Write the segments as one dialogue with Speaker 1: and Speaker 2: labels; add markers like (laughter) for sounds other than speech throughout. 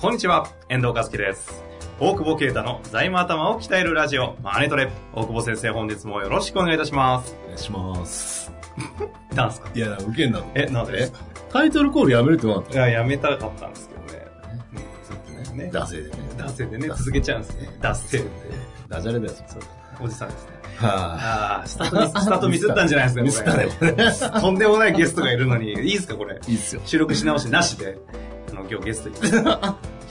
Speaker 1: こんにちは、遠藤和樹です。大久保啓太の財務頭を鍛えるラジオ、マネトレ。大久保先生、本日もよろしくお願いいたします。
Speaker 2: お願いします。
Speaker 1: なんですか
Speaker 2: いや、受けんなの。
Speaker 1: え、なんでですか
Speaker 2: タイトルコールやめるってなかっ
Speaker 1: いや、やめたかったんですけどね。ずっと
Speaker 2: た
Speaker 1: ね。
Speaker 2: ダセでね。
Speaker 1: ダセでね、続けちゃうんですね。ダセって。
Speaker 2: ダジャレだよ、それ。
Speaker 1: おじさんですね。
Speaker 2: は
Speaker 1: ああ、スタートミス、スタートミスったんじゃないですか、これ。
Speaker 2: ミスったね
Speaker 1: とんでもないゲストがいるのに、いいですか、これ。
Speaker 2: いいっすよ。
Speaker 1: 収録し直しなしで、あの、今日ゲ
Speaker 3: (laughs)
Speaker 1: ストに行き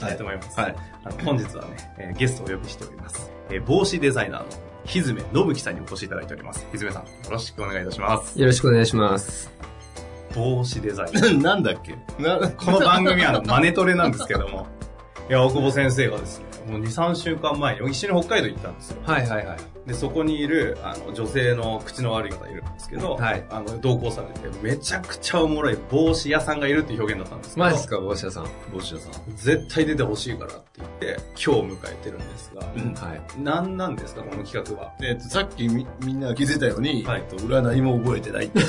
Speaker 1: たいと思います。
Speaker 2: はい。
Speaker 1: あの本日はね、えーゲストをお呼びしております。えー帽子デザイナーのひずめのぶきさんにお越しいただいております。ひずめさん、よろしくお願いいたします。
Speaker 3: よろしくお願いします。
Speaker 1: 帽子デザイナー。
Speaker 3: (laughs)
Speaker 2: なんだっけな、
Speaker 1: この番組はあの、マネトレなんですけども、いや、大久保先生がですね、もう2、3週間前に一緒に北海道行ったんですよ。
Speaker 3: はいはいはい。
Speaker 1: で、そこにいる、あの、女性の口の悪い方いるんですけど、
Speaker 3: はい
Speaker 1: あの、同行されて、めちゃくちゃおもろい帽子屋さんがいるっていう表現だったんですけど、
Speaker 3: マジっすか、帽子屋さん。
Speaker 2: 帽子屋さん。
Speaker 1: 絶対出てほしいからって言って、今日迎えてるんですが、
Speaker 3: はい。
Speaker 1: 何なんですか、この企画は。
Speaker 2: えっと、さっきみみんなが気づいたように、
Speaker 1: はい
Speaker 2: えっと、俺は何も覚えてないって。 (laughs)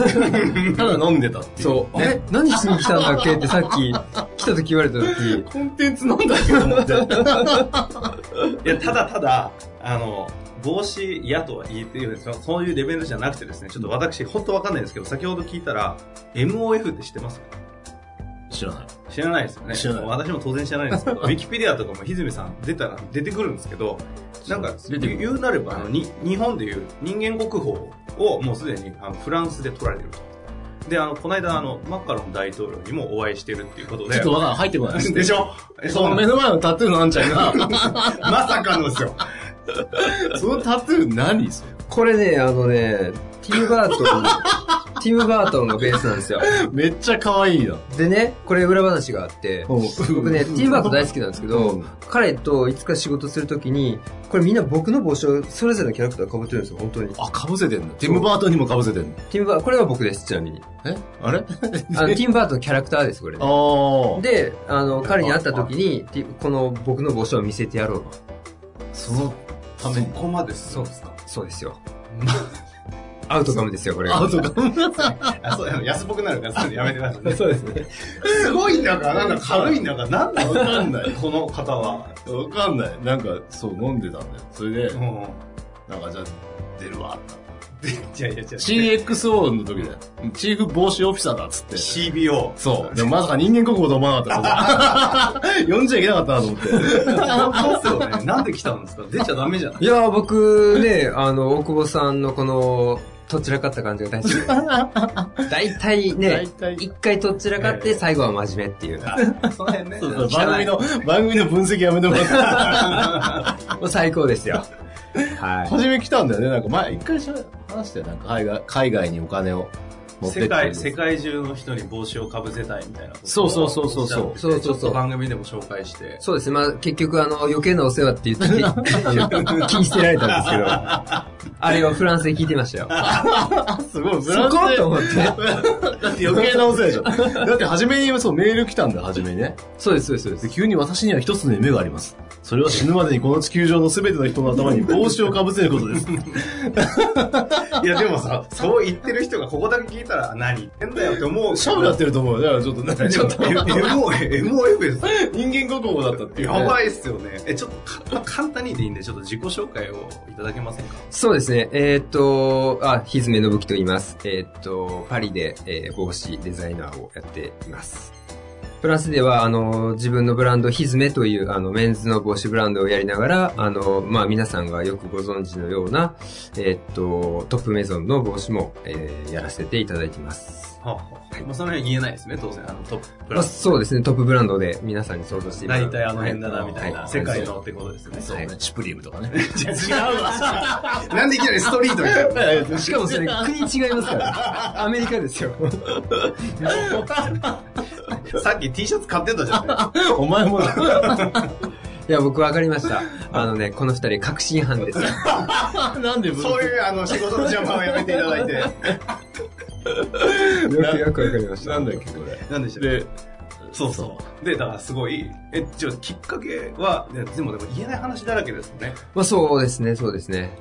Speaker 2: ただ飲んでたっていう。
Speaker 3: そう。え、何しに来たんだっけってさっき、来た時言われた時。
Speaker 2: コンテンツなんだっけと思って。
Speaker 1: いや、ただただ、あの、帽子嫌とは言っているんですが、そういうレベルじゃなくてですね、ちょっと私、本当わかんないんですけど、先ほど聞いたら、MOF って知ってます
Speaker 2: 知らない。
Speaker 1: 知らないですよね。
Speaker 2: 知らない
Speaker 1: 私も当然知らないんですけど、ウィキペディアとかもひずみさん出たら出てくるんですけど、なんか、
Speaker 2: 出てくる
Speaker 1: 言うなれば、あの、に、日本でいう人間国宝をもうすでにあのフランスで取られてると。で、あの、この間、あの、マカロン大統領にもお会いしてるっていうこと
Speaker 2: ちょ
Speaker 1: で
Speaker 2: っと、わからん。入ってこな
Speaker 1: (laughs)
Speaker 2: い。
Speaker 1: でしょえ
Speaker 2: そ
Speaker 1: そうな
Speaker 2: の
Speaker 1: んで
Speaker 2: 目の前のタトゥーのあんちゃんが、
Speaker 1: す。 (laughs) まさかのですよ。
Speaker 2: そのタトゥー何それ
Speaker 3: これね、あのね、ティム・バートン、ティム・バートンがベースなんですよ。
Speaker 2: めっちゃ可愛いな。
Speaker 3: でね、これ裏話があって、僕ね、ティム・バートン大好きなんですけ
Speaker 2: う
Speaker 3: ど
Speaker 2: ん、
Speaker 3: 彼といつか仕事するときに、これみんな僕の帽子をそれぞれのキャラクターが被ってるんですよ、本当に。
Speaker 2: あ、かぶせてんのティム・バートンにもかぶせてんの
Speaker 3: ティム・バートン、これは僕です、ちなみに。
Speaker 2: えあれ
Speaker 3: あの、ティム・バートンのキャラクターです、これね。
Speaker 2: ああ。
Speaker 3: で、あの、彼に会った時に、てこの僕の帽子を見せてやろうと。
Speaker 2: そのため
Speaker 1: そ
Speaker 2: に。
Speaker 1: こまでそうですか。
Speaker 3: そうですよ。アウトカムですよ、これが。
Speaker 2: アウトか。
Speaker 1: あ、そう、あの安っぽくなるから、そういうのやめてくださいね。
Speaker 3: そうですね。
Speaker 1: すごいんだか、なんか軽いんだか、なんだ
Speaker 2: (laughs) わ
Speaker 1: ろう
Speaker 2: かんない。
Speaker 1: この方は。
Speaker 2: わかんない。なんか、そう、飲んでたんだよ。それで
Speaker 1: う、ん。
Speaker 2: なんか、じゃあ、出るわ。
Speaker 1: いやいやいや、
Speaker 2: CXO の時だよ。チーフ防止オフィサーだっつって。
Speaker 1: CBO。
Speaker 2: そう。でもまさか人間国宝と思わなかった。 (laughs) 呼んじゃいけなかったなと思って。
Speaker 1: そうですよね。なんで来たんですか出ちゃダメじゃない
Speaker 3: いやー、僕ね、あの、大久保さんのこの、とっちらかった感じが大好きで。
Speaker 2: (laughs)
Speaker 3: 大体ね
Speaker 2: 大、体。
Speaker 3: 一回とっちらかって、最後は真面目っていう。
Speaker 1: その辺ね。
Speaker 2: そうそう番組の、番組の分析やめてもらって。
Speaker 3: もう最高ですよ。は
Speaker 2: 初め来たんだよね。なんか前、一回しゃ話したよ。なんか海外、海外にお金を持ってって
Speaker 1: 世
Speaker 2: (laughs)
Speaker 1: 界、世界中の人に帽子をかぶせたいみたいなことを
Speaker 2: そうそうそうそうそう
Speaker 3: そうそうそう
Speaker 1: ちょっと番組でも紹介して
Speaker 3: い。。そうですね。まあ、結局、あの、余計なお世話って言って、
Speaker 2: (laughs)
Speaker 3: 気にしてられたんですけど、あれをフランスで聞いてましたよ。
Speaker 2: あ、すごい、
Speaker 3: そこと思って。
Speaker 2: だって余計なお世話でしょ。だって初めに、そう、メール来たんだよ、初めにね。
Speaker 3: そうです、そうです、そうです
Speaker 2: で。急に私には一つの夢があります。それは死ぬまでにこの地球上の全ての人の頭に帽子をかぶせることです。
Speaker 1: いや、でもさ、そう言ってる人がここだけ聞いたら、あ何言ってんだよって思う。
Speaker 2: シャブやってると思うよ。だからちょっとね、
Speaker 1: ちょっと、え MOF、MOF です。
Speaker 2: 人間国宝だったっていう、
Speaker 1: やばいっすよね。え、ちょっとか、簡単にでいいんで、ちょっと自己紹介をいただけませんか
Speaker 3: そうですね。えーっと、あ、ひずめのぶきと言います。えーっと、パリで、えー帽子デザイナーをやっています。フランスでは、あの、自分のブランド、ヒズメという、あの、メンズの帽子ブランドをやりながら、あの、まあ、皆さんがよくご存知のような、えっと、トップメゾンの帽子も、えーやらせていただいています。
Speaker 1: はあはあまあ、その辺言えないですね、当然。あの、トッププ
Speaker 3: まあ、
Speaker 1: ラス。
Speaker 3: そうですね、トップブランドで皆さんに想像していただ
Speaker 1: 大
Speaker 3: い
Speaker 1: 体あの辺だな、みたい
Speaker 3: は
Speaker 1: な。
Speaker 3: い
Speaker 1: 世界のってことですよね。
Speaker 2: そう
Speaker 3: はい
Speaker 2: ね、シュプリームとか
Speaker 1: 違
Speaker 2: ね。
Speaker 1: うわ。
Speaker 3: なんでいきなりストリートみたい
Speaker 2: い
Speaker 3: な。しかもそれ国違いま
Speaker 1: (laughs)
Speaker 3: すから。アメリカですよ。
Speaker 1: さっき T シャツ買ってたじゃん。
Speaker 2: お前もだ。
Speaker 3: いや、僕わかりま (laughs) した。あのね、この二人、確信犯です。
Speaker 2: (laughs) なんで
Speaker 1: そういうあの仕事の邪魔をやめていただい (laughs) て。
Speaker 3: (laughs) よくよくわかりました。
Speaker 2: なんだっけ、これ。
Speaker 1: なんでしたっ
Speaker 2: で、
Speaker 1: けそうそう。で、だからすごい、え、じゃあきっかけは、ねでもでも言えない話だらけですよね。
Speaker 3: まあ、そうですね、そうです (laughs) ね。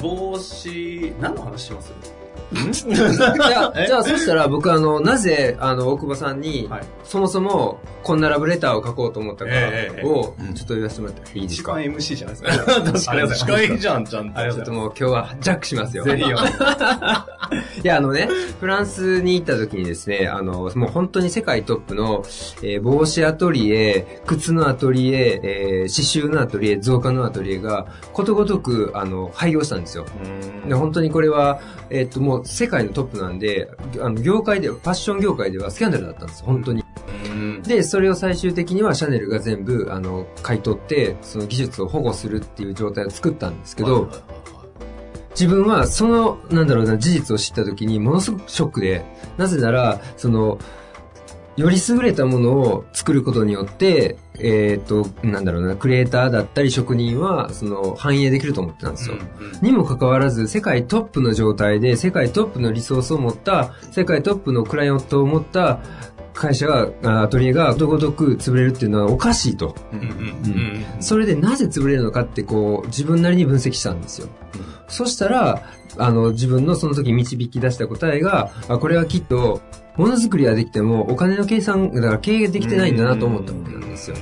Speaker 1: 帽子、何の話します
Speaker 3: じゃあ、じゃあそしたら僕、あの、なぜ、あの、大久保さんに、
Speaker 1: はい
Speaker 3: そもそも、こんなラブレターを書こうと思ったか
Speaker 1: ええ
Speaker 3: を
Speaker 2: ええ、
Speaker 3: ちょっと言わせてもらっていいで
Speaker 1: 一
Speaker 3: すか、
Speaker 1: 番 MC じゃないです (laughs) か。
Speaker 2: 確
Speaker 1: ありがとうございます
Speaker 2: 近いじゃん、ちゃんと
Speaker 1: あ。りが
Speaker 3: ち
Speaker 1: と
Speaker 3: ょっ
Speaker 1: うご
Speaker 3: と
Speaker 1: ざい
Speaker 3: もう今日はジャックしますよ。
Speaker 1: ます。ぜひよ。
Speaker 3: いや、あのね、フランスに行った時にですね、あの、もう本当に世界トップの、えー帽子アトリエ、靴のアトリエ、えー刺繍のアトリエ、造花のアトリエが、ことごとく、あの、廃業したんですよ。で本当にこれは、えっと、もう世界のトップなんで、あの、業界で、ファッション業界ではスキャンダルだったんです、本当に。
Speaker 1: うん
Speaker 3: で、それを最終的にはシャネルが全部、あの、買い取って、その技術を保護するっていう状態を作ったんですけど、自分はその、なんだろうな、事実を知った時にものすごくショックで、なぜなら、その、より優れたものを作ることによって、えっ、と、なんだろうな、クリエイターだったり職人は、その、反映できると思ってたんですよ。にもかかわらず、世界トップの状態で、世界トップのリソースを持った、世界トップのクライアントを持った会社が、あアトリエがどごとく潰れるっていうのはおかしいと。
Speaker 1: うんうんうん
Speaker 3: うん
Speaker 1: うん
Speaker 3: それでなぜ潰れるのかってこう、自分なりに分析したんですよ。そしたら、あの、自分のその時導き出した答えが、あこれはきっと、ものづくりはできても、お金の計算、だから経営できてないんだなと思ったわけなんですよ。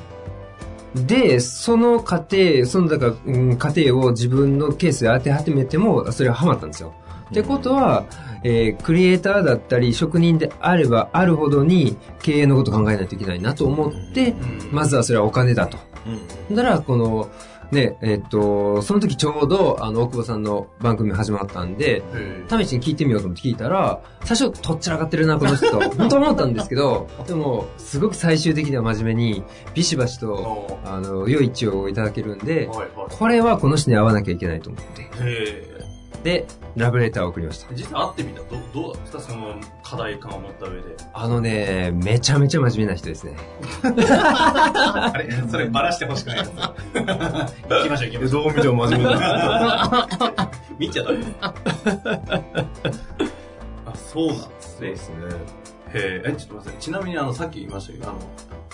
Speaker 3: で、その過程、その、だから、うん、過程を自分のケースで当てはめても、それはハマったんですよ。ってことは、えークリエイターだったり、職人であればあるほどに、経営のこと考えないといけないなと思って、
Speaker 1: うん
Speaker 3: まずはそれはお金だと。
Speaker 2: うん
Speaker 3: だから、この、ね、えっと、その時ちょうど、あの、大久保さんの番組始まったんで、
Speaker 1: へ
Speaker 3: 試しに聞いてみようと思って聞いたら、最初、とっちらかってるな、この人と。本当は思ったんですけど、でも、すごく最終的には真面目に、ビシバシ
Speaker 1: ー
Speaker 3: と、
Speaker 1: は
Speaker 3: あの、良い一応をいただけるん
Speaker 1: い
Speaker 3: で、
Speaker 1: は
Speaker 3: これはこの人に会わなきゃいけないと思って。
Speaker 1: いへ
Speaker 3: で、ラブレターを送りました。
Speaker 1: ー実は会ってみたらどどうだったその課題感を持った上で
Speaker 3: あのね、めちゃめちゃ真面目な人ですね。
Speaker 1: あれそれバラしてほしくないやつ (laughs) 行きましょう行きましょ
Speaker 2: どう見ても真面目だ。
Speaker 1: う見ちゃダ
Speaker 3: (laughs)
Speaker 1: メあそうなんですね
Speaker 2: すね。
Speaker 1: へーえ、ちょっと待ってください。ちなみに、あの、さっき言いましたけど、あの、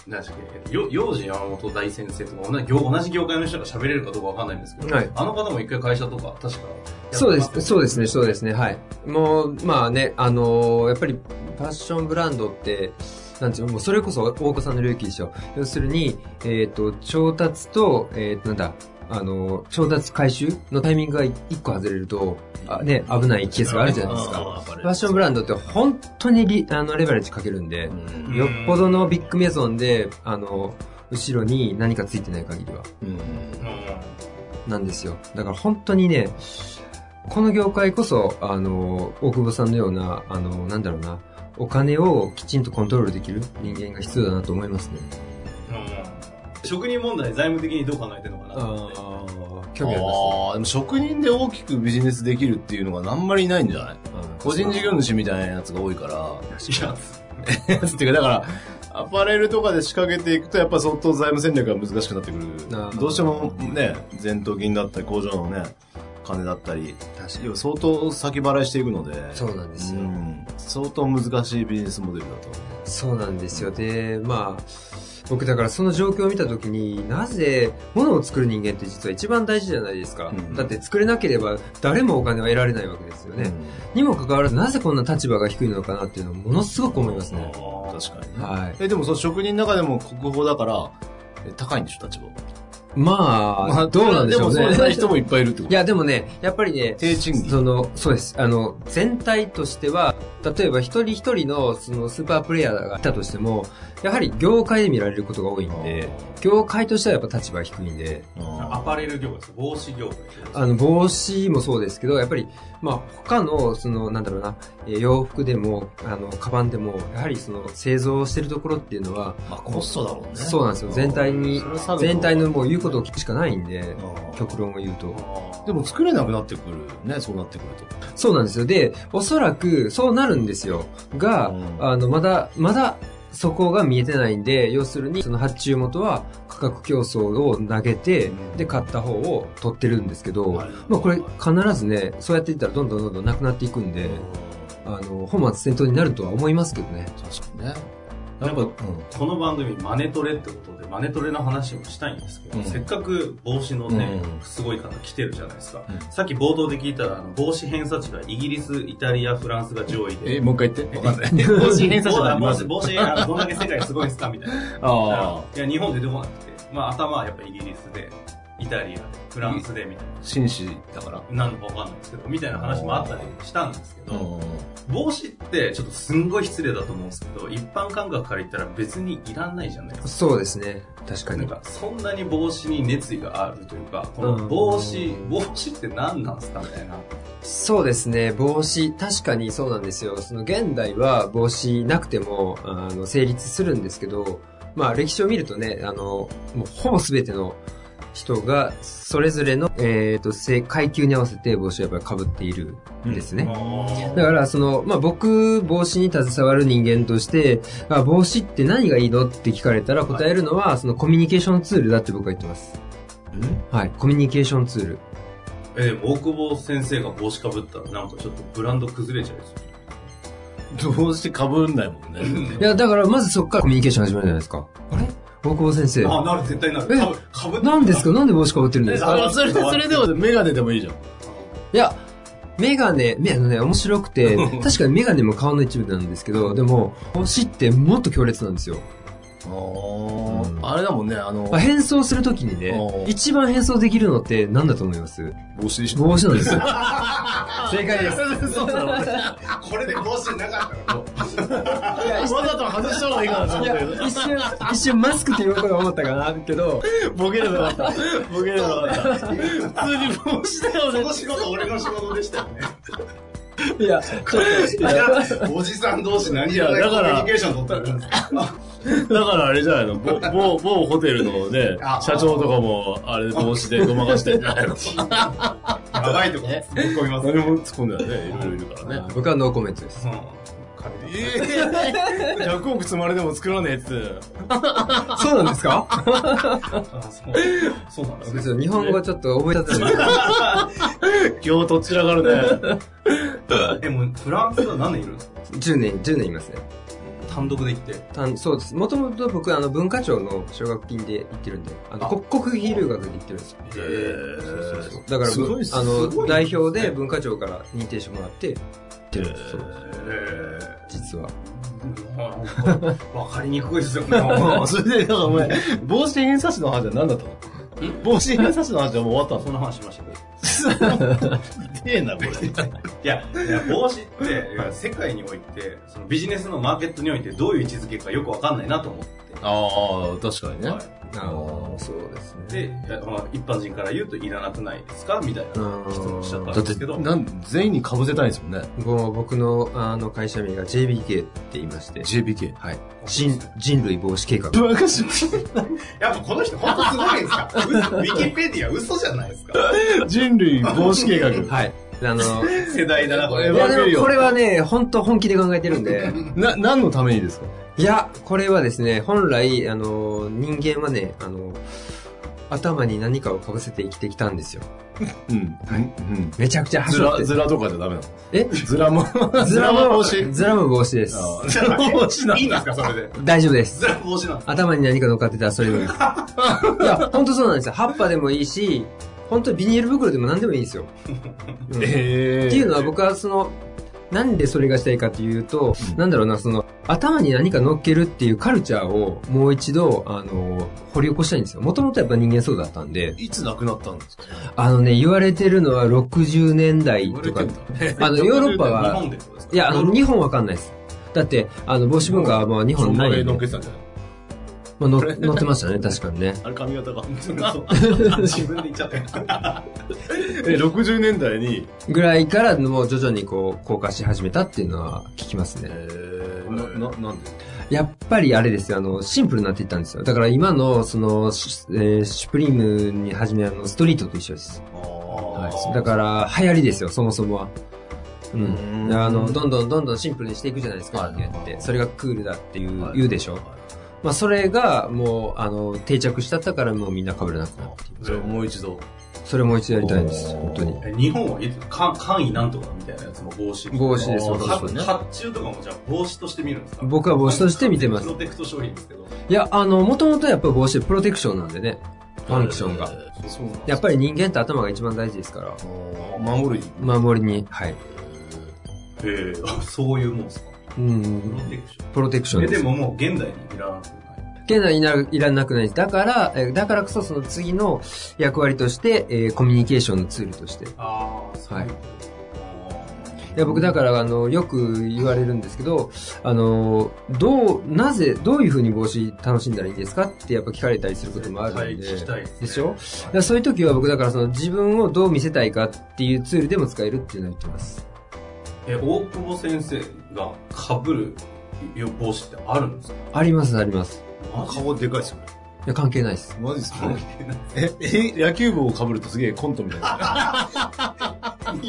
Speaker 1: 何でしたっけ、よ幼児山本大先生とか同じ業、同じ業界の人が喋れるかどうかわかんないんですけど、
Speaker 3: はい
Speaker 1: あの方も一回会社とか、確か。
Speaker 3: そうです、そうですね、
Speaker 1: う
Speaker 3: そうですね、はい。もう、まあね、あのーやっぱり、ファッションブランドって、なんていうの、もうそれこそ大岡さんの領域でしょ。要するに、えっ、と、調達と、えっ、と、なんだ、あのー調達回収のタイミングが一個外れると、あね、危ないケースがあるじゃないですか。
Speaker 2: フ
Speaker 3: ファッションブランドって本当にリあのレバレッジかけるんで、
Speaker 1: うん
Speaker 3: よっぽどのビッグメゾンで、あの、後ろに何かついてない限りは。
Speaker 1: ん。
Speaker 3: なんですよ。だから本当にね、この業界こそ、あの、大久保さんのような、あの、なんだろうな、お金をきちんとコントロールできる人間が必要だなと思いますね。
Speaker 1: うん職人問題、財務的にどう考えてるのかなと思って。
Speaker 3: 興味ありますね。
Speaker 2: あーでも職人で大きくビジネスできるっていうのがあんまりいないんじゃない個人事業主みたいなやつが多いから。
Speaker 1: いや、
Speaker 2: っていうか、だから、アパレルとかで仕掛けていくと、やっぱ相当財務戦略が難しくなってく
Speaker 3: あー
Speaker 2: る。どうしてもね、前頭銀だったり、工場のね、金だったり、
Speaker 3: 確か
Speaker 2: 要は相当先払いしていくので、
Speaker 3: そうなんですよ。
Speaker 2: うん相当難しいビジネスモデルだと思う。
Speaker 3: そうなんですよ。で、まあ、僕だからその状況を見たときに、なぜ物を作る人間って実は一番大事じゃないですか。
Speaker 2: うん
Speaker 3: だって作れなければ誰もお金は得られないわけですよね。にもかかわらず、なぜこんな立場が低いのかなっていうのはものすごく思いますね。
Speaker 2: うん
Speaker 1: あ
Speaker 2: 確かにね。
Speaker 3: はい。
Speaker 2: え、でもその職人の中でも国宝だから、え高いんでしょ、立場。
Speaker 3: まあ、どうなんでしょう
Speaker 2: でも
Speaker 3: ね。
Speaker 2: そんな人もいっぱいいるってこ
Speaker 3: い
Speaker 2: と。
Speaker 3: や、でもね、やっぱりね、
Speaker 2: 低賃金。
Speaker 3: その、そうです。あの、全体としては、例えば一人一人の、その、スーパープレイヤーがいたとしても、やはり業界で見られることが多いんで、業界としてはやっぱ立場低いんで、
Speaker 1: アパレル業界ですか帽子業界
Speaker 3: あの、帽子もそうですけど、やっぱり、まあ、他の、その、なんだろうな、えー洋服でも、あの、カバンでも、やはりその、製造してるところっていうのは、
Speaker 2: まあコストだろうね。
Speaker 3: そうなんですよ全体に
Speaker 2: それは差別
Speaker 3: 全体のもう言うことを聞くしかないんで、
Speaker 2: うん
Speaker 3: 極論を言うと。
Speaker 2: でも作れなくなってくるね、そうなってくると。
Speaker 3: そうなんですよ。で、おそらく、そうなるんですよ。が、
Speaker 2: うん
Speaker 3: あの、まだ、まだ、そこが見えてないんで、要するに、その発注元は価格競争を投げて、
Speaker 2: うん
Speaker 3: で、買った方を取ってるんですけど、
Speaker 2: はい
Speaker 3: まあこれ必ずね、そうやっていったらどんどんどんどんなくなっていくんで、あの、本末転倒になるとは思いますけどね。
Speaker 2: 確かにね。
Speaker 1: な
Speaker 2: や
Speaker 1: ん
Speaker 2: っ
Speaker 1: か
Speaker 2: ぱ、
Speaker 1: この番組マネトレってことでマネトレの話もしたいんですけど、
Speaker 2: うん
Speaker 1: せっかく帽子のね、
Speaker 2: うん
Speaker 1: すごい方来てるじゃないですか、
Speaker 2: うん
Speaker 1: さっき冒頭で聞いたらあの帽子偏差値がイギリスイタリアフランスが上位で
Speaker 2: え、もう一回言って。わかんない。
Speaker 1: 帽
Speaker 2: 帽
Speaker 1: 子
Speaker 2: 子
Speaker 1: 偏
Speaker 2: 偏
Speaker 1: 差
Speaker 2: 差
Speaker 1: 値
Speaker 2: 値
Speaker 1: があ
Speaker 2: が
Speaker 1: り
Speaker 2: あり
Speaker 1: ま
Speaker 2: ますす
Speaker 1: 帽子あのどんだけ世界すごいんすかみたいな
Speaker 2: (laughs) ああ。
Speaker 1: いや日本で出てこなくて、まあ、頭はやっぱイギリスでイタリアでフランスでみたい
Speaker 2: 紳士だから。
Speaker 1: な何のかわかんないですけどみたいな話もあったりしたんですけど、
Speaker 2: う
Speaker 1: 帽子ってちょっとすんごい失礼だと思うんですけど一般感覚から言ったら別にいらないじゃないですか
Speaker 3: そうですね。確か
Speaker 1: なん
Speaker 3: に。
Speaker 1: かそんなに帽子に熱意があるというかこの帽子、
Speaker 3: うん
Speaker 1: 帽子って何なんすかみたいな
Speaker 3: そうですね。帽子、確かにそうなんですよ。その現代は帽子なくても、あの、成立するんですけど、まあ歴史を見るとね、あの、もうほぼ全ての人が、それぞれの、えっ、と、せ階級に合わせて帽子をやっぱり被っているんですね。だから、その、まあ、僕、帽子に携わる人間として、あ帽子って何がいいのって聞かれたら答えるのは、そのコミュニケーションツールだって僕は言ってます。はい。コミュニケーションツール。
Speaker 1: えでも大久保先生が帽子かぶったらなんかちょっとブランド崩れちゃいそう
Speaker 2: うん。どうして被んないもんね。
Speaker 3: いや、だから、まずそこからコミュニケーション始まるじゃないですか。あれ大久保先生。
Speaker 1: あなる絶対なる
Speaker 3: え
Speaker 1: かぶかぶって
Speaker 3: 何ですかなんで帽子かぶってるんで
Speaker 2: (laughs)
Speaker 3: す
Speaker 2: あ
Speaker 3: か
Speaker 2: それで、それでもメガネでもいいじゃん。
Speaker 3: いや、メガネ、メあのね、面白く (laughs) て、確かにメガネも顔の一部なんですけど、でも、帽子ってもっと強烈なんですよ。
Speaker 2: ああれだもんね、あの
Speaker 3: まあ、変装するときにね
Speaker 2: お、ー
Speaker 3: 一番変装できるのって何だと思います
Speaker 2: 帽子でしょ。
Speaker 3: 帽子なんです (laughs) よ。正解です。
Speaker 2: そうだろうね。
Speaker 1: これで帽子なかったらもう
Speaker 2: わざと外した方がいいかなと
Speaker 3: い
Speaker 2: 思っ
Speaker 3: や
Speaker 2: たけど。
Speaker 3: 一瞬、一瞬マスクって言おうかと思ったかな、けど、
Speaker 2: ボケればよかった。ボケればよかった。普通に帽子だよね。
Speaker 1: 仕事俺の仕事でしたよね
Speaker 3: いや、ちょっと、いや
Speaker 1: おじさん同士何
Speaker 2: やらないコミュニ
Speaker 1: ケーション取ってるんですか
Speaker 2: だからあれじゃないの某、某、某ホテルのね
Speaker 1: あ、
Speaker 2: 社長とかも、あれ帽子でごまかしてんじゃないの
Speaker 1: やばいとこ突っ込みます
Speaker 2: 何も突っ込んでないね。いろいろいるからね。
Speaker 3: 僕はノーコメントです。
Speaker 2: ええ !100 億積まれても作らねえっつって。
Speaker 3: そうなんです (laughs) か
Speaker 1: そうなんですね
Speaker 3: 日本語ちょっと覚えたてない。
Speaker 2: 今日とっちらかるね。
Speaker 1: えもうフランスは何年いるんですか
Speaker 3: 10年、10年いますね。
Speaker 1: 単独で行って
Speaker 3: たんそうです。もともと僕、あの、文化庁の奨学金で行ってるんで、あの、
Speaker 1: あ
Speaker 3: 国国費留学で行ってるんですよ。
Speaker 1: へ
Speaker 2: ー
Speaker 1: そうそうそう
Speaker 3: だから、
Speaker 2: すごいっす
Speaker 3: あ
Speaker 2: す
Speaker 3: の、
Speaker 2: ごい
Speaker 3: 代表で文化庁から認定してもらって、行ってるんですそう
Speaker 1: へー
Speaker 3: 実は。
Speaker 1: わかりにくいですよ、
Speaker 2: あ
Speaker 1: もう
Speaker 2: それで、なんかお前、帽子偏差値の話は何だったの帽子偏差値の話はもう終わっ
Speaker 1: そんな話しましたけど。
Speaker 2: たのええな、これ。
Speaker 1: いや、いや帽子って、いや世界において、そのビジネスのマーケットにおいてどういう位置づけかよくわかんないなと思って。
Speaker 2: ああ、確かに
Speaker 1: は
Speaker 3: あの、そうです
Speaker 1: いで、いやまあ一般人から言うといらなくないですかみたいな質問しちゃった
Speaker 2: だ
Speaker 1: ん
Speaker 2: っ
Speaker 1: ですけ
Speaker 2: て
Speaker 1: ど。
Speaker 2: なん、全員に被せたいですもんね。
Speaker 3: もう僕の、あの、会社名が JBK って言いまして、
Speaker 2: JBK。
Speaker 3: はい。人、人類防止計画。
Speaker 2: バカし
Speaker 1: やっぱこの人本当すごいんですかウィキペディア嘘じゃないですか
Speaker 2: 人類防止計画。
Speaker 3: はい。あの、い
Speaker 1: 世代だな、これ。
Speaker 2: え
Speaker 1: い
Speaker 3: や
Speaker 1: や
Speaker 3: でもこれはね、本当本気で考えてるんで、
Speaker 2: な、何のためにですか
Speaker 3: いや、これはですね、本来、あの、人間はね、あの、頭に何かをかぶせて生きてきたんですよ。
Speaker 2: うん。うん。
Speaker 3: めちゃくちゃ
Speaker 2: ズ
Speaker 3: 走っ
Speaker 2: ラ、
Speaker 3: て。
Speaker 2: ズラとかじゃダメなの
Speaker 3: え
Speaker 2: ズラも、
Speaker 3: ズ
Speaker 2: ズ
Speaker 3: ラ
Speaker 2: ラ
Speaker 3: も
Speaker 2: も
Speaker 3: 帽
Speaker 2: 帽
Speaker 3: 子
Speaker 2: 子。
Speaker 3: ズラも帽子です。
Speaker 2: あ
Speaker 1: ちょっと待って
Speaker 2: 帽子なんだ
Speaker 1: (laughs) いいんですか、それで。
Speaker 3: 大丈夫です
Speaker 1: ず。ら帽子なんです
Speaker 3: 頭に何か乗っかってたらそれでもいいです。いや、本当そうなんですよ。葉っぱでもいいし、本当ビニール袋でも何でもいいんですよ。うん
Speaker 2: ええ。
Speaker 3: っていうのは僕はその、なんでそれがしたいかというと、なんだろうな、その、頭に何か乗っけるっていうカルチャーをもう一度、あの、掘り起こしたいんですよ。もともとやっぱ人間そうだったんで、
Speaker 2: いつ亡くなったんですか
Speaker 3: あのね、言われてるのは60年代とか、あの、ヨーロッパ
Speaker 1: 日
Speaker 3: は
Speaker 1: 本、でってことですか
Speaker 3: いや、あの、日本わかんないです。だって、あの、帽子文化はまあ日本ないんで、
Speaker 2: 乗
Speaker 3: ま
Speaker 2: っけてたんじゃない
Speaker 3: あ、の乗ってましたね、確かにね。
Speaker 2: あれ髪型が。 (laughs)
Speaker 1: 自分で言っちゃったよ。
Speaker 2: え、60年代に、
Speaker 3: ぐらいから、もう徐々にこう、降下し始めたっていうのは聞きますね。
Speaker 2: な、な、なんで
Speaker 3: やっぱりあれですよ、あの、シンプルになっていったんですよ。だから今の、その、シュ,、えーシュプリームに始めあの、ストリートと一緒です。だから、流行りですよ、そもそもは。う。
Speaker 2: うんん
Speaker 3: あの、どんどんどんどんシンプルにしていくじゃないですか、人間って。それがクールだっていう、言うでしょ。まあ、それが、もう、あの、定着しちゃったから、もうみんな被れなくなるっていう。
Speaker 2: じゃあもう一度。
Speaker 3: それもう一度やりたいんです、本当に。
Speaker 1: え日本はいつ、か簡易なんとかみたいなやつも帽子。
Speaker 3: 帽子です
Speaker 1: か
Speaker 2: あー確かにね
Speaker 1: 発注とかもじゃあ帽子として見るんですか
Speaker 3: 僕は帽子として見てます
Speaker 1: プロテクト商品ですけど。
Speaker 3: いや、あの、もともとやっぱ帽子、プロテクションなんでね。ファンクションが。
Speaker 2: そうなん
Speaker 3: やっぱり人間って頭が一番大事ですから。
Speaker 2: 守る。
Speaker 3: 守りに。はい。
Speaker 1: えーあそういうもんですか
Speaker 3: うん
Speaker 1: プロテクシ
Speaker 3: プロテクショ
Speaker 1: ョ
Speaker 3: ン
Speaker 1: ン。え、
Speaker 3: です
Speaker 1: でももう現代にいらなくない。
Speaker 3: 現在いらいらなくないです。だから、えだからこそその次の役割として、えーコミュニケーションのツールとして。い
Speaker 1: ああ、
Speaker 3: そういうこや、僕だから、あの、よく言われるんですけど、あの、どう、なぜ、どういうふうに帽子楽しんだらいいですかってやっぱ聞かれたりすることもあるんで。
Speaker 1: 絶対聞きたいですね
Speaker 3: でしょだからそういう時は僕だからその自分をどう見せたいかっていうツールでも使えるっていうのを言ってます。
Speaker 1: え、大久保先生が被る帽子ってあるんですか
Speaker 3: あります、あります。
Speaker 1: マジ
Speaker 2: 顔でかいっす
Speaker 1: (laughs)
Speaker 2: よね。
Speaker 3: いや、関係ないです。
Speaker 2: マジっす
Speaker 1: 関
Speaker 2: か
Speaker 1: 係ない。
Speaker 2: え、え、野球帽を被るとすげえコントみたいな。
Speaker 1: や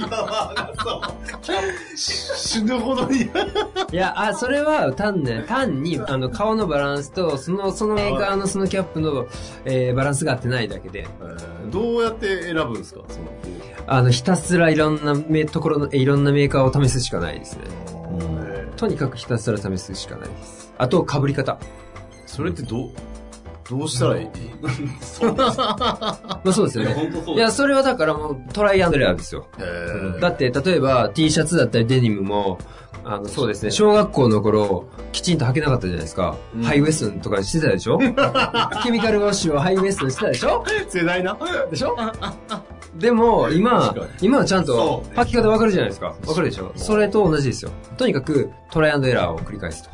Speaker 1: ばそう。
Speaker 2: 死ぬほどに。
Speaker 3: いや、あ、それは単ね、単に、あの、顔のバランスと、その、そのメーカーのそのキャップの、えーバランスが合ってないだけで、
Speaker 2: どうやって選ぶんですかその、
Speaker 3: あの、ひたすらいろんなめ、ところの、えいろんなメーカーを試すしかないですね。
Speaker 2: え
Speaker 3: とにかくひたすら試すしかないです。あと、被り方。
Speaker 2: それってどう、どうしたらいい
Speaker 1: そうですね。
Speaker 3: まあそうです
Speaker 1: い
Speaker 3: よ
Speaker 1: や、
Speaker 3: ね。
Speaker 1: 本当そう
Speaker 3: い
Speaker 1: で
Speaker 3: や、
Speaker 1: す。
Speaker 3: それはだからもう、トライアンドエラーですよ。だって、例えば、T シャツだったりデニムも、あの、そうですね、小学校の頃、きちんと履けなかったじゃないですか。
Speaker 2: うん
Speaker 3: ハイウエストとかしてたでしょケミカルウォッシュをハイウエストにしてたでしょ
Speaker 2: 世代な。
Speaker 3: でしょでも、今
Speaker 2: 確かに、
Speaker 3: 今はちゃんと
Speaker 1: そう、ね
Speaker 3: 履き方わかるじゃないですか。わかるでしょそれと同じですよ。とにかく、トライアンドエラーを繰り返すと。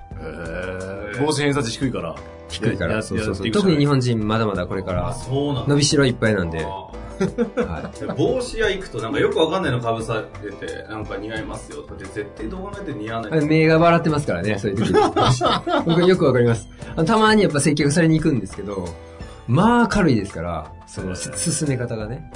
Speaker 2: 帽子偏差値低いから。
Speaker 3: 低いか
Speaker 2: いや
Speaker 3: ら。そうそう
Speaker 2: やって
Speaker 3: そう。
Speaker 2: いくしか
Speaker 3: 特
Speaker 2: ない
Speaker 3: に日本人、まだまだこれか
Speaker 1: あ、
Speaker 3: ら、
Speaker 1: そうなんだ
Speaker 3: 伸びしろいっぱいなんで。
Speaker 1: あー
Speaker 3: は
Speaker 1: 帽子屋行くとなんかよくわかんないのかぶされてなんか似合いますよとかって絶対どう考えても似合わない
Speaker 3: い。目が笑ってますからね、そういう時に。僕はよくわかります。あのたまにやっぱ接客されに行くんですけど、まあ軽いですから、その、す進め方がね。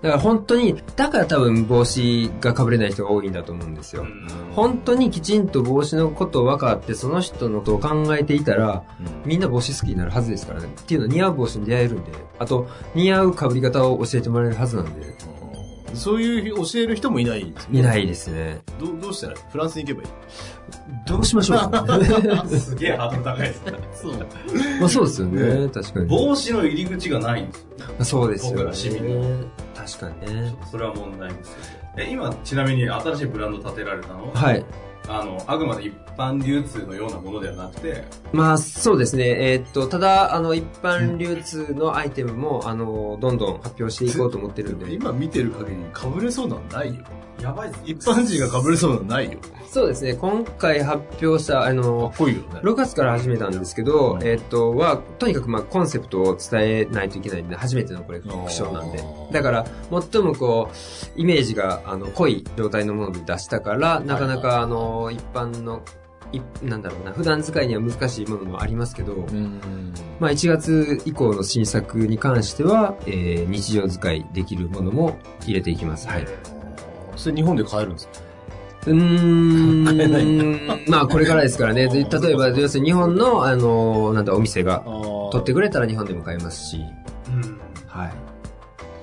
Speaker 3: だから本当に、だから多分帽子が被れない人が多いんだと思うんですよ。本当にきちんと帽子のことを分かって、その人のことを考えていたら、みんな帽子好きになるはずですからね。っていうのは似合う帽子に出会えるんで、あと、似合う被り方を教えてもらえるはずなんで、
Speaker 2: そういう教える人もいないんですね
Speaker 3: いないですね。
Speaker 2: どうどうしたらフランスに行けばいい
Speaker 3: どうしましょうか (laughs) ね。
Speaker 1: うんすげえハードル高
Speaker 3: (laughs)
Speaker 1: いですね
Speaker 3: まあそうですよ
Speaker 2: ね
Speaker 3: ね、確かに。
Speaker 1: 帽子の入り口がないんですよ
Speaker 3: そうです
Speaker 1: 僕
Speaker 3: よ
Speaker 1: ら市民
Speaker 3: ね。確かにね。
Speaker 1: それは問題ですえ今ちなみに新しいブランド立てられたのは
Speaker 3: はい。
Speaker 1: あのあくまで一般流通のようなものではなくて
Speaker 3: まあそうですね。えーっと、ただ、あの、一般流通のアイテムも、あの、どんどん発表していこうと思ってるんで。
Speaker 2: 今見てる限り被れそうなのないよ。
Speaker 1: やばいっすね
Speaker 2: 一般人が被れそうなのないよ。
Speaker 3: そうですね。今回発表した、あ
Speaker 2: か
Speaker 3: の
Speaker 2: っ、こいいよね。
Speaker 3: 6月から始めたんですけど、えっと、は、とにかくまあコンセプトを伝えないといけないんで、初めてのこれ、クションなんで
Speaker 2: あ。ー
Speaker 3: だから、最もこう、イメージが、あの、濃い状態のもので出したから、なかなか、あの、一般の、いなんだろうな、普段使いには難しいものもありますけど、
Speaker 2: うん。
Speaker 3: まあ1月以降の新作に関しては、えー日常使いできるものも入れていきます。はい。
Speaker 2: それ日本で買えるんですか
Speaker 3: うーん。まあ、これからですからね。で例えば、要するに日本の、あの、なんだ、お店が取ってくれたら日本でも買えますし。
Speaker 1: うん
Speaker 3: はい。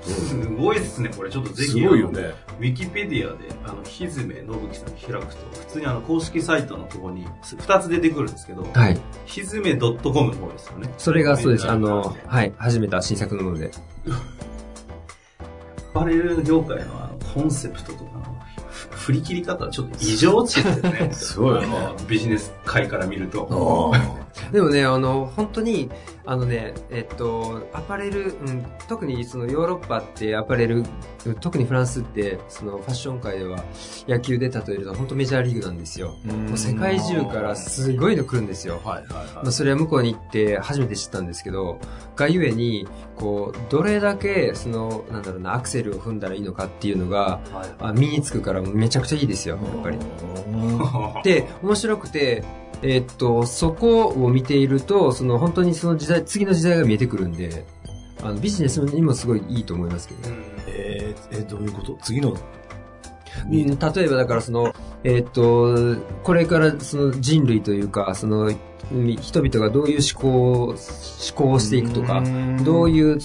Speaker 1: すごいっすねこれちょっとぜひ
Speaker 2: すごいよね。
Speaker 1: ウィキペディアで、あの、ひずめのぶきさん開くと、普通にあの、公式サイトのとこに、す二つ出てくるんですけど、
Speaker 3: はい。
Speaker 1: ひずめ .com の方ですよね。
Speaker 3: それがそうです。
Speaker 1: メ
Speaker 3: あ
Speaker 1: ーカーに
Speaker 3: の、はい。始めた新作のもので。
Speaker 1: アパレル業界のあの、コンセプトとかの、振り切り方はちょっと異常値ですね。
Speaker 2: すごいよね
Speaker 1: あのビジネス界から見ると。
Speaker 3: でもね、あの、本当に、あのね、えっと、アパレル、うん、特にそのヨーロッパってアパレル、特にフランスって、そのファッション界では野球で例えると本当メジャーリーグなんですよ。もう世界中からすごいの来るんですよ。
Speaker 2: はいはい
Speaker 3: まあ、それは向こうに行って初めて知ったんですけど、がゆえに、こう、どれだけ、その、なんだろうな、アクセルを踏んだらいいのかっていうのが、
Speaker 2: はい。
Speaker 3: あ身につくからめちゃくちゃいいですよ、やっぱり。で、面白くて、えーっと、そこを見ていると、その本当にその時代、次の時代が見えてくるんで、あのビジネスにもすごいいいと思いますけどね。
Speaker 2: (laughs) えー、え、どういうこと次の。
Speaker 3: 例えばだからその、えーっと、これからその人類というか、その、み人々がどういう思考を、思考をしていくとか、どう
Speaker 2: う
Speaker 3: いう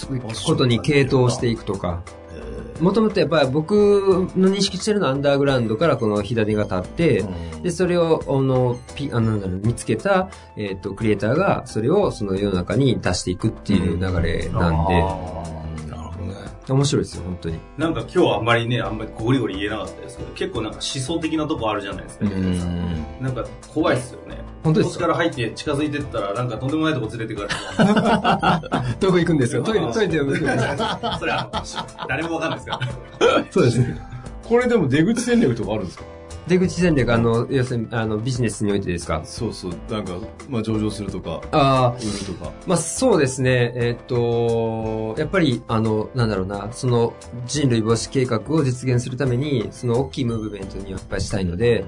Speaker 3: ことに傾倒していくとか、
Speaker 2: ーん。
Speaker 3: もともとやっぱり僕の認識してるのはアンダーグラウンドからこの火種が立って、で、それを、あの、ピ、あの、なんだろう見つけた、えっ、と、クリエイターが、それをその世の中に出していくっていう流れなんで、
Speaker 2: で。なるほどね。
Speaker 3: 面白いですよ、本当に。
Speaker 1: なんか今日はあんまりね、あんまりゴリゴリ言えなかったですけど、結構なんか思想的なとこあるじゃないですか。
Speaker 3: うん。
Speaker 1: なんか怖いっすよね。
Speaker 3: 本当で
Speaker 1: こっ
Speaker 3: す
Speaker 1: ちか
Speaker 3: から
Speaker 1: 入って近づいてったら、なんかとんでもないとこ連れてかれて、
Speaker 3: どこ行くんですかトイレ、トイレでも行くんです
Speaker 1: (laughs)
Speaker 3: か
Speaker 1: それはあのし誰もわかんないですから。
Speaker 3: そうですね。
Speaker 2: これでも出口戦略とかあるんですか
Speaker 3: 出口戦略、あの、要するに、あの、ビジネスにおいてですか
Speaker 2: そうそう。なんか、まあ上場するとか、
Speaker 3: ああ、
Speaker 2: 売るとか。
Speaker 3: まあそうですね、えっと、やっぱり、あの、なんだろうな、その人類防止計画を実現するために、その大きいムーブメントにやっぱりしたいので、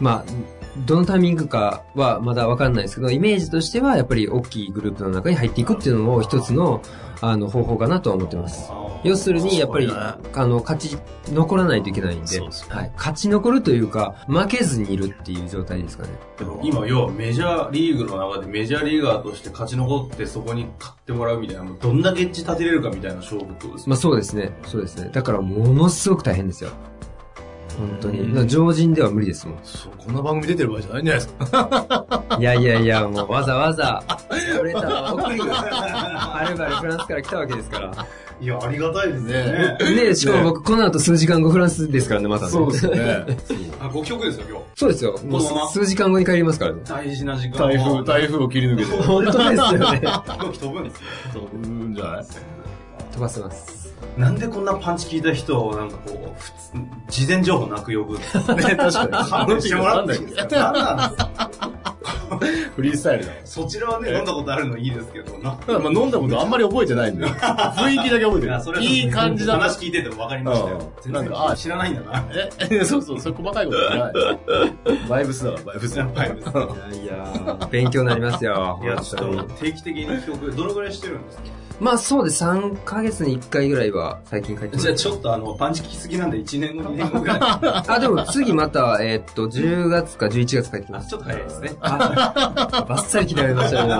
Speaker 3: まあ、どのタイミングかはまだわかんないですけど、イメージとしてはやっぱり大きいグループの中に入っていくっていうのも一つの、あの、方法かなとは思ってます。 (laughs) 要するに、やっぱり、
Speaker 2: そうだ
Speaker 3: あ
Speaker 2: ね
Speaker 3: の、勝ち残らないといけないんで、
Speaker 2: そうそう
Speaker 3: はい、勝ち残るというか、負けずにいるっていう状態ですかね。
Speaker 1: でも今、要はメジャーリーグの中でメジャーリーガーとして勝ち残ってそこに勝ってもらうみたいな、もうどんだけエッジ立てれるかみたいな勝負ってことですね
Speaker 3: まあそうですね。そうですね。だからものすごく大変ですよ。本当
Speaker 2: うん
Speaker 3: に。だから常人では無理ですもん。
Speaker 2: そう、こんな番組出てる場合じゃないんじゃないですか。
Speaker 3: いやいやいや、もうわざわざ、俺たちは (laughs) 送りにはるばるフランスから来たわけですから。
Speaker 1: いや、ありがたいですね。
Speaker 2: ね
Speaker 3: ねしかも僕、この後数時間後フランスですからね、またね。
Speaker 2: そうですね。
Speaker 1: あ、5曲ですよ、今日。
Speaker 3: そうですよ。もう
Speaker 1: このまま
Speaker 3: 数時間後に帰りますからね。
Speaker 1: 大事な時間
Speaker 2: 台風、台風を切り抜けて。
Speaker 3: 本当ですよね。
Speaker 1: (laughs) 風。飛ぶんですよ。
Speaker 2: うんじゃない
Speaker 3: 飛ばせます。
Speaker 1: なんでこんなパンチ聞いた人を、なんかこう、普通事前情報なく呼ぶんですか
Speaker 2: ね、確
Speaker 1: (laughs) 勘弁してもらっていいですか何なんですか
Speaker 2: フリースタイルだ。
Speaker 1: そちらはね、
Speaker 2: え
Speaker 1: 飲んだことあるのいいですけど、な
Speaker 2: ただまあ飲んだことあんまり覚えてないん (laughs) だよ。雰囲気だけ覚えて
Speaker 1: いやそれ
Speaker 2: る。
Speaker 1: はい
Speaker 2: い感じだな
Speaker 1: 話。聞いてても分かりましたよ。
Speaker 2: うん
Speaker 1: 全
Speaker 2: なん
Speaker 1: 然
Speaker 2: かあ
Speaker 1: 知らないんだな。
Speaker 2: え、そうそう、それ細かいことじゃない。バイブスだわ、バイブス。
Speaker 1: 先輩です。
Speaker 3: いやいや、勉強になりますよ。
Speaker 1: いや、
Speaker 3: 本
Speaker 1: ち
Speaker 3: 当
Speaker 1: ょっ
Speaker 3: に
Speaker 1: と定期的に記憶、どのぐらいしてるんですか
Speaker 3: まあそうです。3ヶ月に1回ぐらいは最近帰ってます。
Speaker 1: じゃあちょっとあの、パンチ聞きすぎなんで1年後、2年後ぐらい。 (laughs) あ、
Speaker 3: あ、でも次また、えーっと、10月か11月帰ってきます。
Speaker 1: ちょっと早いですね。
Speaker 3: あバッサリ切られましたね
Speaker 1: (laughs)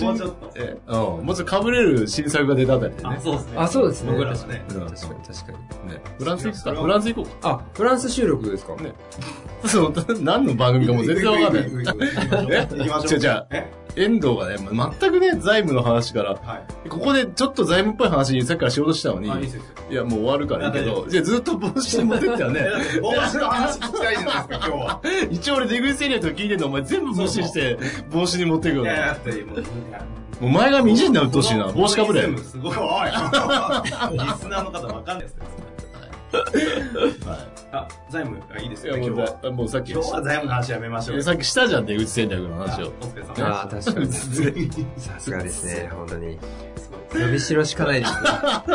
Speaker 3: 今。
Speaker 1: もうちょっと。
Speaker 2: え、うん。もうちょっと被れる新作が出たあたりで
Speaker 1: あ、
Speaker 2: ね。
Speaker 1: そうですね。
Speaker 3: あ、そうですね。
Speaker 1: 僕らはね。
Speaker 2: うん
Speaker 3: 確かに確かに。
Speaker 2: ねフランス行く
Speaker 1: そ
Speaker 2: か
Speaker 1: れは
Speaker 2: フランス行こ
Speaker 3: あ、フランス収録ですか
Speaker 2: ね (laughs) うか。そう、何の番組かもう全然わかんない。
Speaker 1: ない。行きましょう。
Speaker 2: じゃあじゃあ
Speaker 1: え
Speaker 2: 遠藤がね、ま全くね、財務の話から、
Speaker 1: はい。
Speaker 2: ここでちょっと財務っぽい話にさっきからしようとしたのに、
Speaker 1: あ、いいで
Speaker 2: い
Speaker 1: すよ。
Speaker 2: や、もう終わるからいいけ
Speaker 1: あ大丈
Speaker 2: ど、じゃあずっと帽子持ってったよね。
Speaker 1: 帽子の話聞きたいじゃないですか、今日は。
Speaker 2: 一応俺出口戦略とか聞いてんのお前全部無視して帽子に持ってくよ
Speaker 1: いや、
Speaker 2: ね。
Speaker 1: だってもう、いや
Speaker 2: もう前髪いじんなうっとうしいな。帽子かぶれ
Speaker 1: こ。のリズムすごい、おいリスナーの方わかんないですけど。あ、財務、あ、いいです
Speaker 2: いや
Speaker 1: よ、
Speaker 2: も
Speaker 1: 今
Speaker 2: う
Speaker 1: 日は。
Speaker 2: だ、もうさっき
Speaker 1: 今日は財務の話やめましょう
Speaker 2: え。さっきしたじゃん、出口戦略の話を。
Speaker 1: お疲れ様です。
Speaker 3: あー、確
Speaker 1: (laughs)
Speaker 3: かに。さすがですね、本当に。伸びしろしかないですね。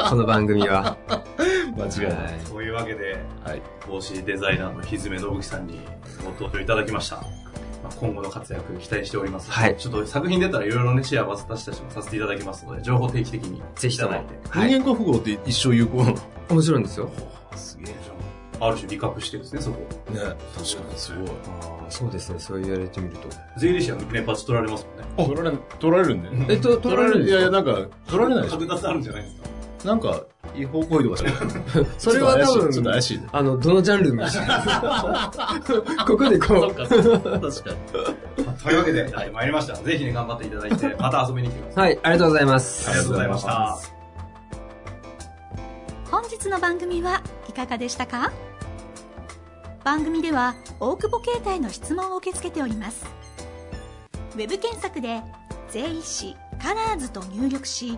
Speaker 3: この番組は。
Speaker 2: 間違いない。
Speaker 3: は
Speaker 1: というわけで、
Speaker 2: はい。
Speaker 1: 帽子デザイナーのひずめ信樹さんにご登場いただきました。まあ今後の活躍期待しております。
Speaker 3: はい
Speaker 1: ちょっと作品出たらいろいろね、シェア私たちもさせていただきますので、情報定期的に
Speaker 3: ぜひとも
Speaker 1: いただいて。
Speaker 3: はい。
Speaker 2: 人間国語って一生有効なのね。
Speaker 3: もちろんですよ。
Speaker 1: すげえじゃん。ある種理覚してるんですね、そこ。
Speaker 2: 確かにすごい。
Speaker 3: そうですね、そう言われてみると。
Speaker 1: 税理士はね、バチ取られますもんね。
Speaker 2: 取られ、取られるんだよね。
Speaker 3: えっと、取られるん
Speaker 2: い
Speaker 3: で
Speaker 2: やい
Speaker 3: す
Speaker 2: や、な
Speaker 3: か
Speaker 2: んか、取られないでし
Speaker 1: 格安あるんじゃないですか。
Speaker 2: ょ。なんか、違法行為とかしない。
Speaker 3: それは多分
Speaker 2: ちょっと怪しいね。
Speaker 3: あの、どのジャンルも一緒です (laughs) ここでこ
Speaker 2: か、確かに。
Speaker 1: というわけで、やってまいりました。ぜひね、頑張っていただいて、また遊びに来てくだ
Speaker 3: う。
Speaker 1: さい。
Speaker 3: はい、ありがとうございます。
Speaker 1: ありがとうございました。
Speaker 4: 本日の番組はいかがでしたか番組では大久保携帯の質問を受け付けておりますウェブ検索で「税理士カラーズと入力し